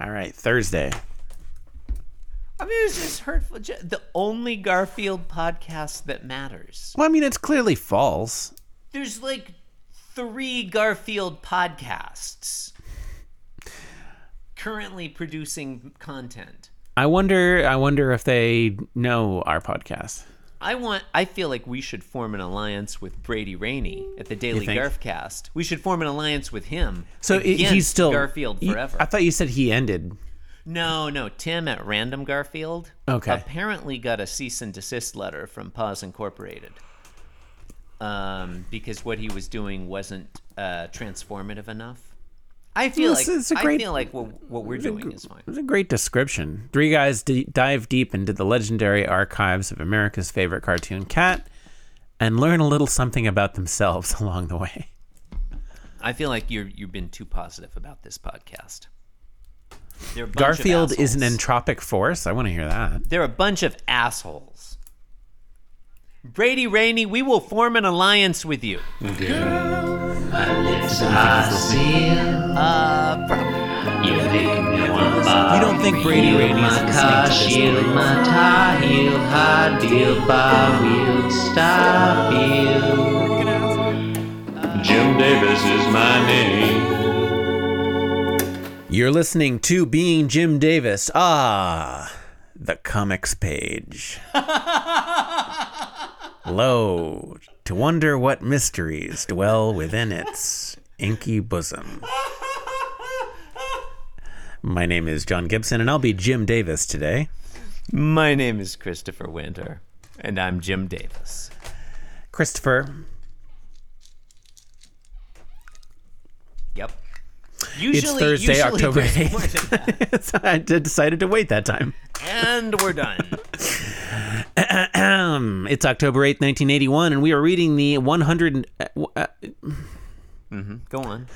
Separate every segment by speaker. Speaker 1: All right, Thursday.
Speaker 2: I mean, it's just hurtful. ju- The only Garfield podcast that matters.
Speaker 1: Well, I mean, it's clearly false.
Speaker 2: There's like three Garfield podcasts currently producing content.
Speaker 1: I wonder. I wonder if they know our podcast.
Speaker 2: I want. I feel like we should form an alliance with Brady Rainey at the Daily
Speaker 1: think?
Speaker 2: Garfcast. We should form an alliance with him.
Speaker 1: So i- he's
Speaker 2: against
Speaker 1: still
Speaker 2: Garfield
Speaker 1: he-
Speaker 2: forever.
Speaker 1: I thought you said he ended.
Speaker 2: No, no. Tim at Random Garfield
Speaker 1: Okay.
Speaker 2: apparently got a cease and desist letter from Paws Incorporated um, because what he was doing wasn't uh, transformative enough. I feel
Speaker 1: This
Speaker 2: like
Speaker 1: is a
Speaker 2: I
Speaker 1: great-
Speaker 2: feel like what, what we're doing is fine.
Speaker 1: It was a great description. Three guys d- dive deep into the legendary archives of America's favorite cartoon cat and learn a little something about themselves along the way.
Speaker 2: I feel like you're you've been too positive about this podcast. They're a bunch of
Speaker 1: Garfield is an
Speaker 2: assholes.
Speaker 1: entropic force. I want to hear that.
Speaker 2: They're a bunch of assholes. Brady Rainey, we will form an alliance with you.
Speaker 1: You don't think Brady Rainey is
Speaker 3: Jim Davis is my name.
Speaker 1: You're listening to Being Jim Davis. Ah, the comics page. Lo, to wonder what mysteries dwell within its inky bosom. My name is John Gibson, and I'll be Jim Davis today.
Speaker 2: My name is Christopher Winter, and I'm Jim Davis.
Speaker 1: Christopher,
Speaker 2: Yep. Usually,
Speaker 1: Thursday,
Speaker 2: usually
Speaker 1: October
Speaker 2: there's
Speaker 1: 8th.
Speaker 2: more than that.
Speaker 1: I did- decided to wait that time.
Speaker 2: and we're done.
Speaker 1: Um, it's October 8th, 1981, and we are reading the 100. Uh, w- uh,
Speaker 2: Go on.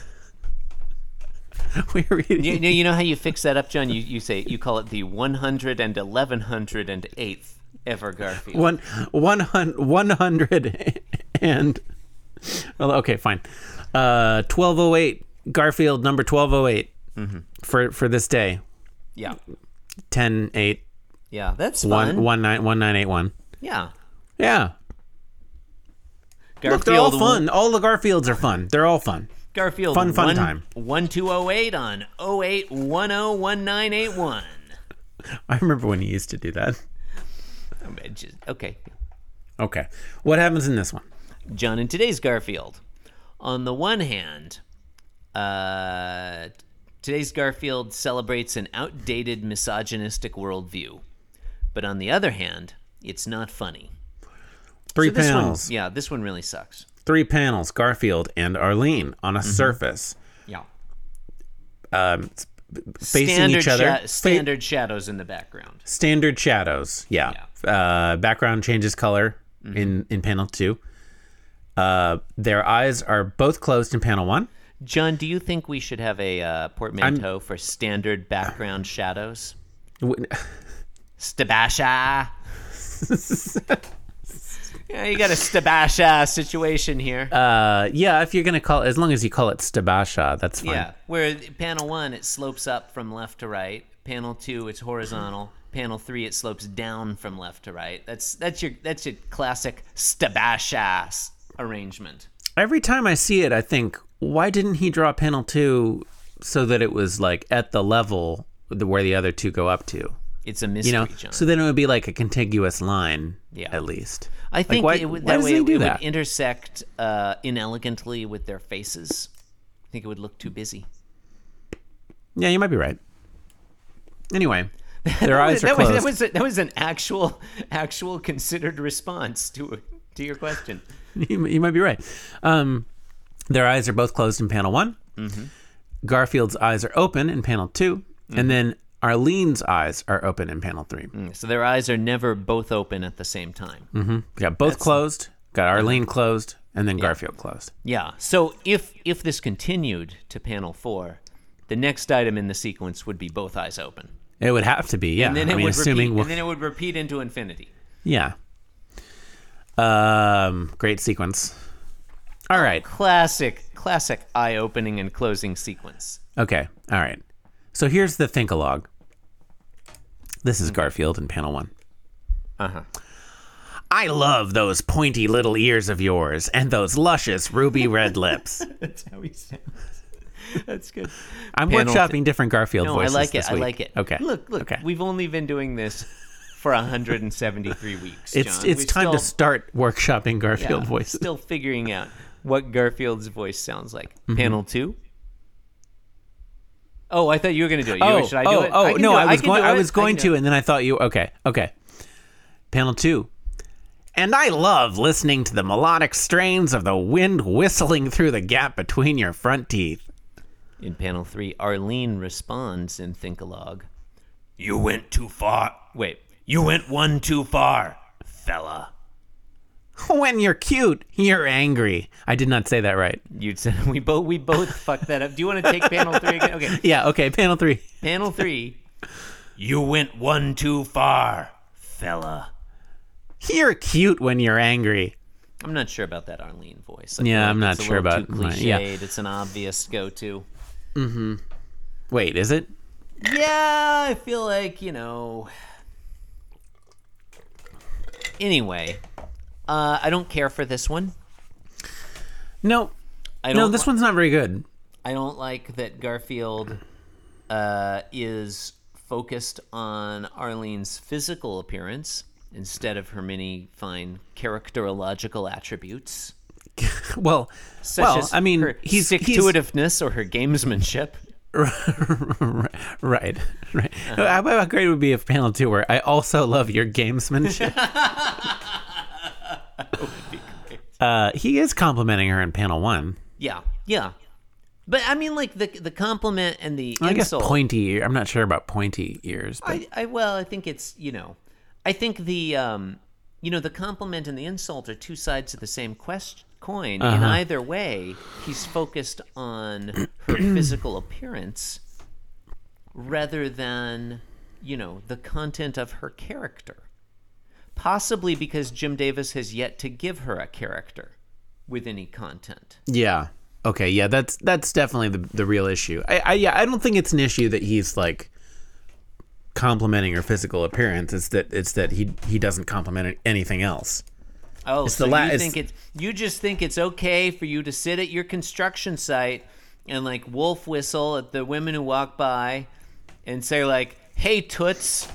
Speaker 1: we are reading.
Speaker 2: You, you you know how you fix that up, John? You, you say you call it the 100 and 1108th ever Garfield.
Speaker 1: one one hun- one hundred and well, okay, fine. Uh, twelve oh eight Garfield number twelve oh eight
Speaker 2: Mm-hmm.
Speaker 1: for for this day
Speaker 2: Yeah.
Speaker 1: ten eight
Speaker 2: Yeah, that's fun.
Speaker 1: one one nine one nine eight one.
Speaker 2: Yeah.
Speaker 1: Yeah,
Speaker 2: Garfield
Speaker 1: look, they're all fun. All the Garfields are fun. They're all fun.
Speaker 2: Garfield.
Speaker 1: Fun, fun
Speaker 2: one,
Speaker 1: time.
Speaker 2: 1208 on 08101981.
Speaker 1: I remember when you used to do that.
Speaker 2: Um, it just- Okay.
Speaker 1: Okay, what happens in this one?
Speaker 2: John in today's Garfield. On the one hand, uh, today's Garfield celebrates an outdated misogynistic worldview. But on the other hand, it's not funny.
Speaker 1: Three
Speaker 2: So this one,
Speaker 1: panels.
Speaker 2: yeah, this one really sucks.
Speaker 1: Three panels. Garfield and Arlene on a
Speaker 2: Mm-hmm.
Speaker 1: surface,
Speaker 2: Yeah.
Speaker 1: facing each other. Fa-
Speaker 2: standard shadows in the background.
Speaker 1: standard shadows yeah, Uh, background changes color
Speaker 2: Mm-hmm.
Speaker 1: in in panel two uh, their eyes are both closed in panel one
Speaker 2: John, do you think we should have a uh, portmanteau for standard background shadows?
Speaker 1: W-
Speaker 2: Stabasha. yeah, you got a stabasha situation here.
Speaker 1: uh, yeah if you're gonna call as long as you call it stabasha that's fine
Speaker 2: yeah, where th- panel one it slopes up from left to right. Panel two it's horizontal. Panel three it slopes down from left to right. That's that's your that's your classic stabasha s- arrangement.
Speaker 1: every time i see it i think why didn't he draw panel two so that it was like at the level th- where the other two go up to
Speaker 2: It's a mystery,
Speaker 1: you know
Speaker 2: John.
Speaker 1: so then it would be like a contiguous line
Speaker 2: Yeah.
Speaker 1: at least
Speaker 2: I think
Speaker 1: why-
Speaker 2: it would,
Speaker 1: why
Speaker 2: that
Speaker 1: does
Speaker 2: way
Speaker 1: he
Speaker 2: it
Speaker 1: do
Speaker 2: would
Speaker 1: that?
Speaker 2: intersect uh, inelegantly with their faces. I think it would look too busy.
Speaker 1: yeah you might be right anyway their eyes are
Speaker 2: that, was,
Speaker 1: closed
Speaker 2: that was that was an actual actual considered response to to your question.
Speaker 1: you, you might be right. Um, their eyes are both closed in panel one.
Speaker 2: Mm-hmm.
Speaker 1: Garfield's eyes are open in panel 2
Speaker 2: Mm-hmm.
Speaker 1: and then Arlene's eyes are open in panel three.
Speaker 2: So their eyes are never both open at the same time.
Speaker 1: We got both closed, got
Speaker 2: Uh-huh.
Speaker 1: Arlene closed, and then Garfield closed.
Speaker 2: Yeah. So if if this continued to panel four, the next item in the sequence would be both eyes open.
Speaker 1: It would have to be, yeah.
Speaker 2: And then
Speaker 1: I
Speaker 2: it
Speaker 1: mean,
Speaker 2: would
Speaker 1: assuming
Speaker 2: repeat,
Speaker 1: we'll-
Speaker 2: and then it would repeat into infinity.
Speaker 1: yeah. Um, great sequence. All right.
Speaker 2: Classic classic eye opening and closing sequence.
Speaker 1: Okay. All right. So here's the Thinkalog. This is Garfield in panel one.
Speaker 2: Hmm. Uh-huh.
Speaker 1: I love those pointy little ears of yours and those luscious ruby red lips.
Speaker 2: That's how he sounds. That's good.
Speaker 1: I'm
Speaker 2: Panel
Speaker 1: workshopping different Garfield
Speaker 2: No, I
Speaker 1: voices.
Speaker 2: like it.
Speaker 1: this
Speaker 2: I
Speaker 1: week.
Speaker 2: like it.
Speaker 1: Okay.
Speaker 2: Look, look.
Speaker 1: Okay.
Speaker 2: We've only been doing this for 173 weeks.
Speaker 1: it's
Speaker 2: John.
Speaker 1: it's
Speaker 2: We're
Speaker 1: time to
Speaker 2: still-
Speaker 1: start workshopping Garfield
Speaker 2: yeah,
Speaker 1: voices.
Speaker 2: Still figuring out what Garfield's voice sounds like.
Speaker 1: Mm-hmm.
Speaker 2: Panel two. Oh, I thought you were going to do it. You,
Speaker 1: oh,
Speaker 2: should I do
Speaker 1: oh,
Speaker 2: it?
Speaker 1: oh,
Speaker 2: can
Speaker 1: no,
Speaker 2: do it.
Speaker 1: I was
Speaker 2: can
Speaker 1: going.
Speaker 2: do
Speaker 1: I
Speaker 2: it.
Speaker 1: was going
Speaker 2: can do
Speaker 1: to,
Speaker 2: it.
Speaker 1: and then I thought you. Okay, okay. Panel two. And I love listening to the melodic strains of the wind whistling through the gap between your front teeth.
Speaker 2: In panel three, Arlene responds in Thinkalog. You went too far. Wait, you went one too far, fella.
Speaker 1: When you're cute, you're angry. I did not say that right.
Speaker 2: You said we both we both fucked that up. Do you want to take panel three again? Okay.
Speaker 1: Yeah. Okay. Panel three.
Speaker 2: Panel three. You went one too far, fella.
Speaker 1: You're cute when you're angry.
Speaker 2: I'm not sure about that Arlene voice. I feel
Speaker 1: Yeah,
Speaker 2: like
Speaker 1: I'm not
Speaker 2: it's a
Speaker 1: sure
Speaker 2: little
Speaker 1: about
Speaker 2: too
Speaker 1: my-
Speaker 2: cliched.
Speaker 1: yeah.
Speaker 2: It's an obvious go-to.
Speaker 1: Wait, is it?
Speaker 2: Yeah, I feel like you know. Anyway, uh, I don't care for this one.
Speaker 1: No.
Speaker 2: I don't
Speaker 1: No, this
Speaker 2: li-
Speaker 1: one's not very good.
Speaker 2: I don't like that Garfield uh, is focused on Arlene's physical appearance instead of her many fine characterological attributes.
Speaker 1: Well,
Speaker 2: such
Speaker 1: well,
Speaker 2: as
Speaker 1: I mean,
Speaker 2: her
Speaker 1: he's
Speaker 2: stick to itiveness or her gamesmanship.
Speaker 1: right, right. right. How about how great it would be if panel two were? I also love your gamesmanship. uh, he is complimenting her in panel one.
Speaker 2: Yeah, yeah. But I mean, like the the compliment and the
Speaker 1: I guess
Speaker 2: insult.
Speaker 1: pointy. ear- I'm not sure about pointy ears, but
Speaker 2: I, I well, I think it's you know, I think the um, you know, the compliment and the insult are two sides of the same quest coin. In either way, he's focused on her physical appearance rather than you know the content of her character. Possibly because Jim Davis has yet to give her a character with any content.
Speaker 1: yeah. Okay, yeah, that's that's definitely the the real issue. I, I yeah, I don't think it's an issue that he's like complimenting her physical appearance. It's that it's that he he doesn't compliment anything else.
Speaker 2: Oh, so
Speaker 1: the la-
Speaker 2: you
Speaker 1: it's-
Speaker 2: think it's you just think it's okay for you to sit at your construction site and like wolf whistle at the women who walk by and say like, "Hey toots,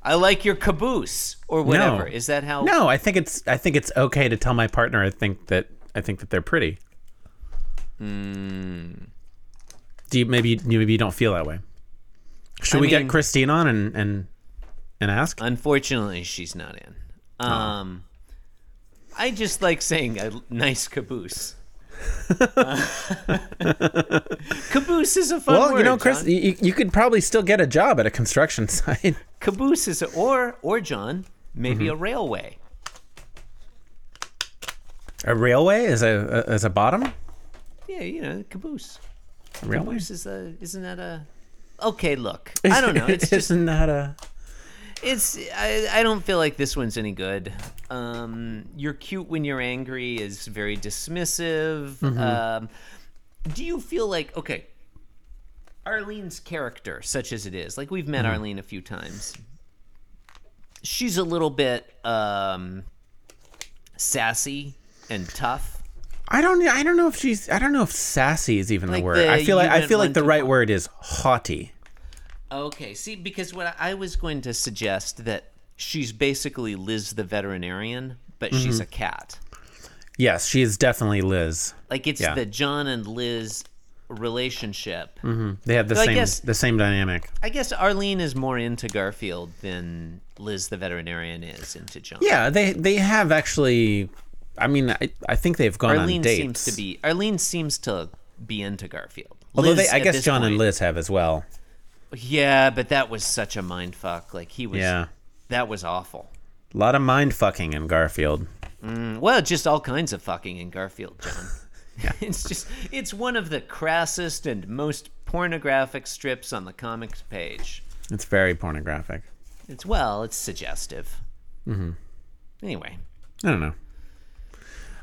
Speaker 2: I like your caboose" or whatever. Is that how?
Speaker 1: No, I think it's I think it's okay to tell my partner I think that I think that they're pretty.
Speaker 2: Hmm.
Speaker 1: Do you maybe you- maybe you don't feel that way? Should
Speaker 2: I
Speaker 1: we
Speaker 2: mean-
Speaker 1: get Christine on and and and ask?
Speaker 2: Unfortunately, she's not in. Um, I just like saying a nice caboose. caboose is a fun
Speaker 1: well, you
Speaker 2: word,
Speaker 1: know, Chris,
Speaker 2: John.
Speaker 1: you, you could probably still get a job at a construction site.
Speaker 2: caboose is a, or or John maybe
Speaker 1: Mm-hmm.
Speaker 2: a railway.
Speaker 1: A railway is a, a as a bottom.
Speaker 2: Yeah, you know, caboose.
Speaker 1: Railway.
Speaker 2: Caboose is a isn't that a okay look i don't know it's just
Speaker 1: isn't that a
Speaker 2: it's I, I don't feel like this one's any good um you're cute when you're angry is very dismissive um do you feel like okay arlene's character such as it is like we've met arlene a few times she's a little bit um sassy and tough
Speaker 1: I don't. I don't know if she's. I don't know if sassy is even
Speaker 2: Like
Speaker 1: the word.
Speaker 2: the
Speaker 1: I feel
Speaker 2: you
Speaker 1: like. I
Speaker 2: went
Speaker 1: feel
Speaker 2: one
Speaker 1: like the
Speaker 2: too
Speaker 1: right word is haughty.
Speaker 2: Okay, see, because what I I was going to suggest that she's basically Liz the veterinarian, but
Speaker 1: Mm-hmm.
Speaker 2: she's a cat.
Speaker 1: Yes, she is definitely Liz.
Speaker 2: Like it's
Speaker 1: Yeah.
Speaker 2: the John and Liz relationship.
Speaker 1: They have the
Speaker 2: I
Speaker 1: same
Speaker 2: guess-
Speaker 1: the same dynamic.
Speaker 2: I guess Arlene is more into Garfield than Liz the veterinarian is into John.
Speaker 1: Yeah, they they have actually. I mean, I, I think they've gone on
Speaker 2: Arlene
Speaker 1: dates.
Speaker 2: seems to be Arlene seems to be into Garfield.
Speaker 1: Although they,
Speaker 2: Liz,
Speaker 1: I
Speaker 2: at
Speaker 1: guess
Speaker 2: this
Speaker 1: John and
Speaker 2: point-
Speaker 1: Liz have as well.
Speaker 2: Yeah, but that was such a mind fuck. Like he was.
Speaker 1: Yeah.
Speaker 2: That was awful.
Speaker 1: A lot of mind fucking in Garfield.
Speaker 2: Well, just all kinds of fucking in Garfield, John. it's just it's one of the crassest and most pornographic strips on the comics page.
Speaker 1: It's very pornographic.
Speaker 2: It's well, it's suggestive. Mm-hmm. Anyway,
Speaker 1: I don't know.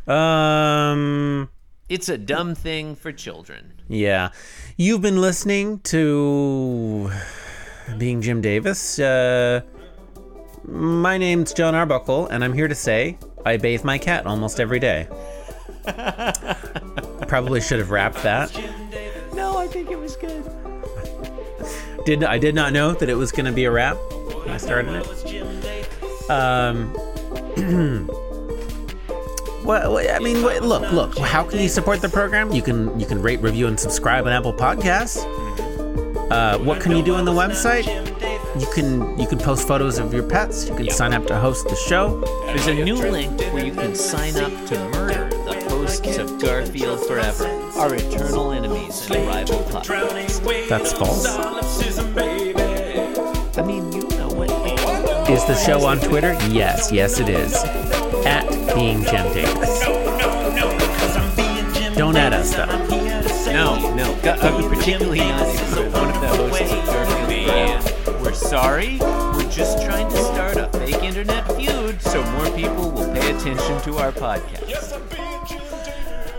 Speaker 1: Um,
Speaker 2: It's a dumb thing for children.
Speaker 1: Yeah. You've been listening to Being Jim Davis. Uh, my name's John Arbuckle, and I'm here to say I bathe my cat almost every day. Probably should have wrapped that.
Speaker 2: No, Oh, I think it was good.
Speaker 1: Did I did not know that it was going to be a wrap when I started it. Um, well, I mean, wait, look, look. How can you support the program? You can you can rate, review, and subscribe on Apple Podcasts. Uh, what can you do on the website? You can you can post photos of your pets. You can sign up to host the show.
Speaker 2: There's a new link where you can sign up to murder the hosts of Garfield Forever, our eternal enemies and rival podcasts.
Speaker 1: That's false.
Speaker 2: I mean, you know what?
Speaker 1: Is the show on Twitter? Yes, yes, it is. At being Jim Davis. Don't at us though.
Speaker 2: No, no, Go- uh, particularly not if you're one of the hosts of Garfield Forever. We're sorry. We're just trying to start a fake internet feud so more people will pay attention to our podcast.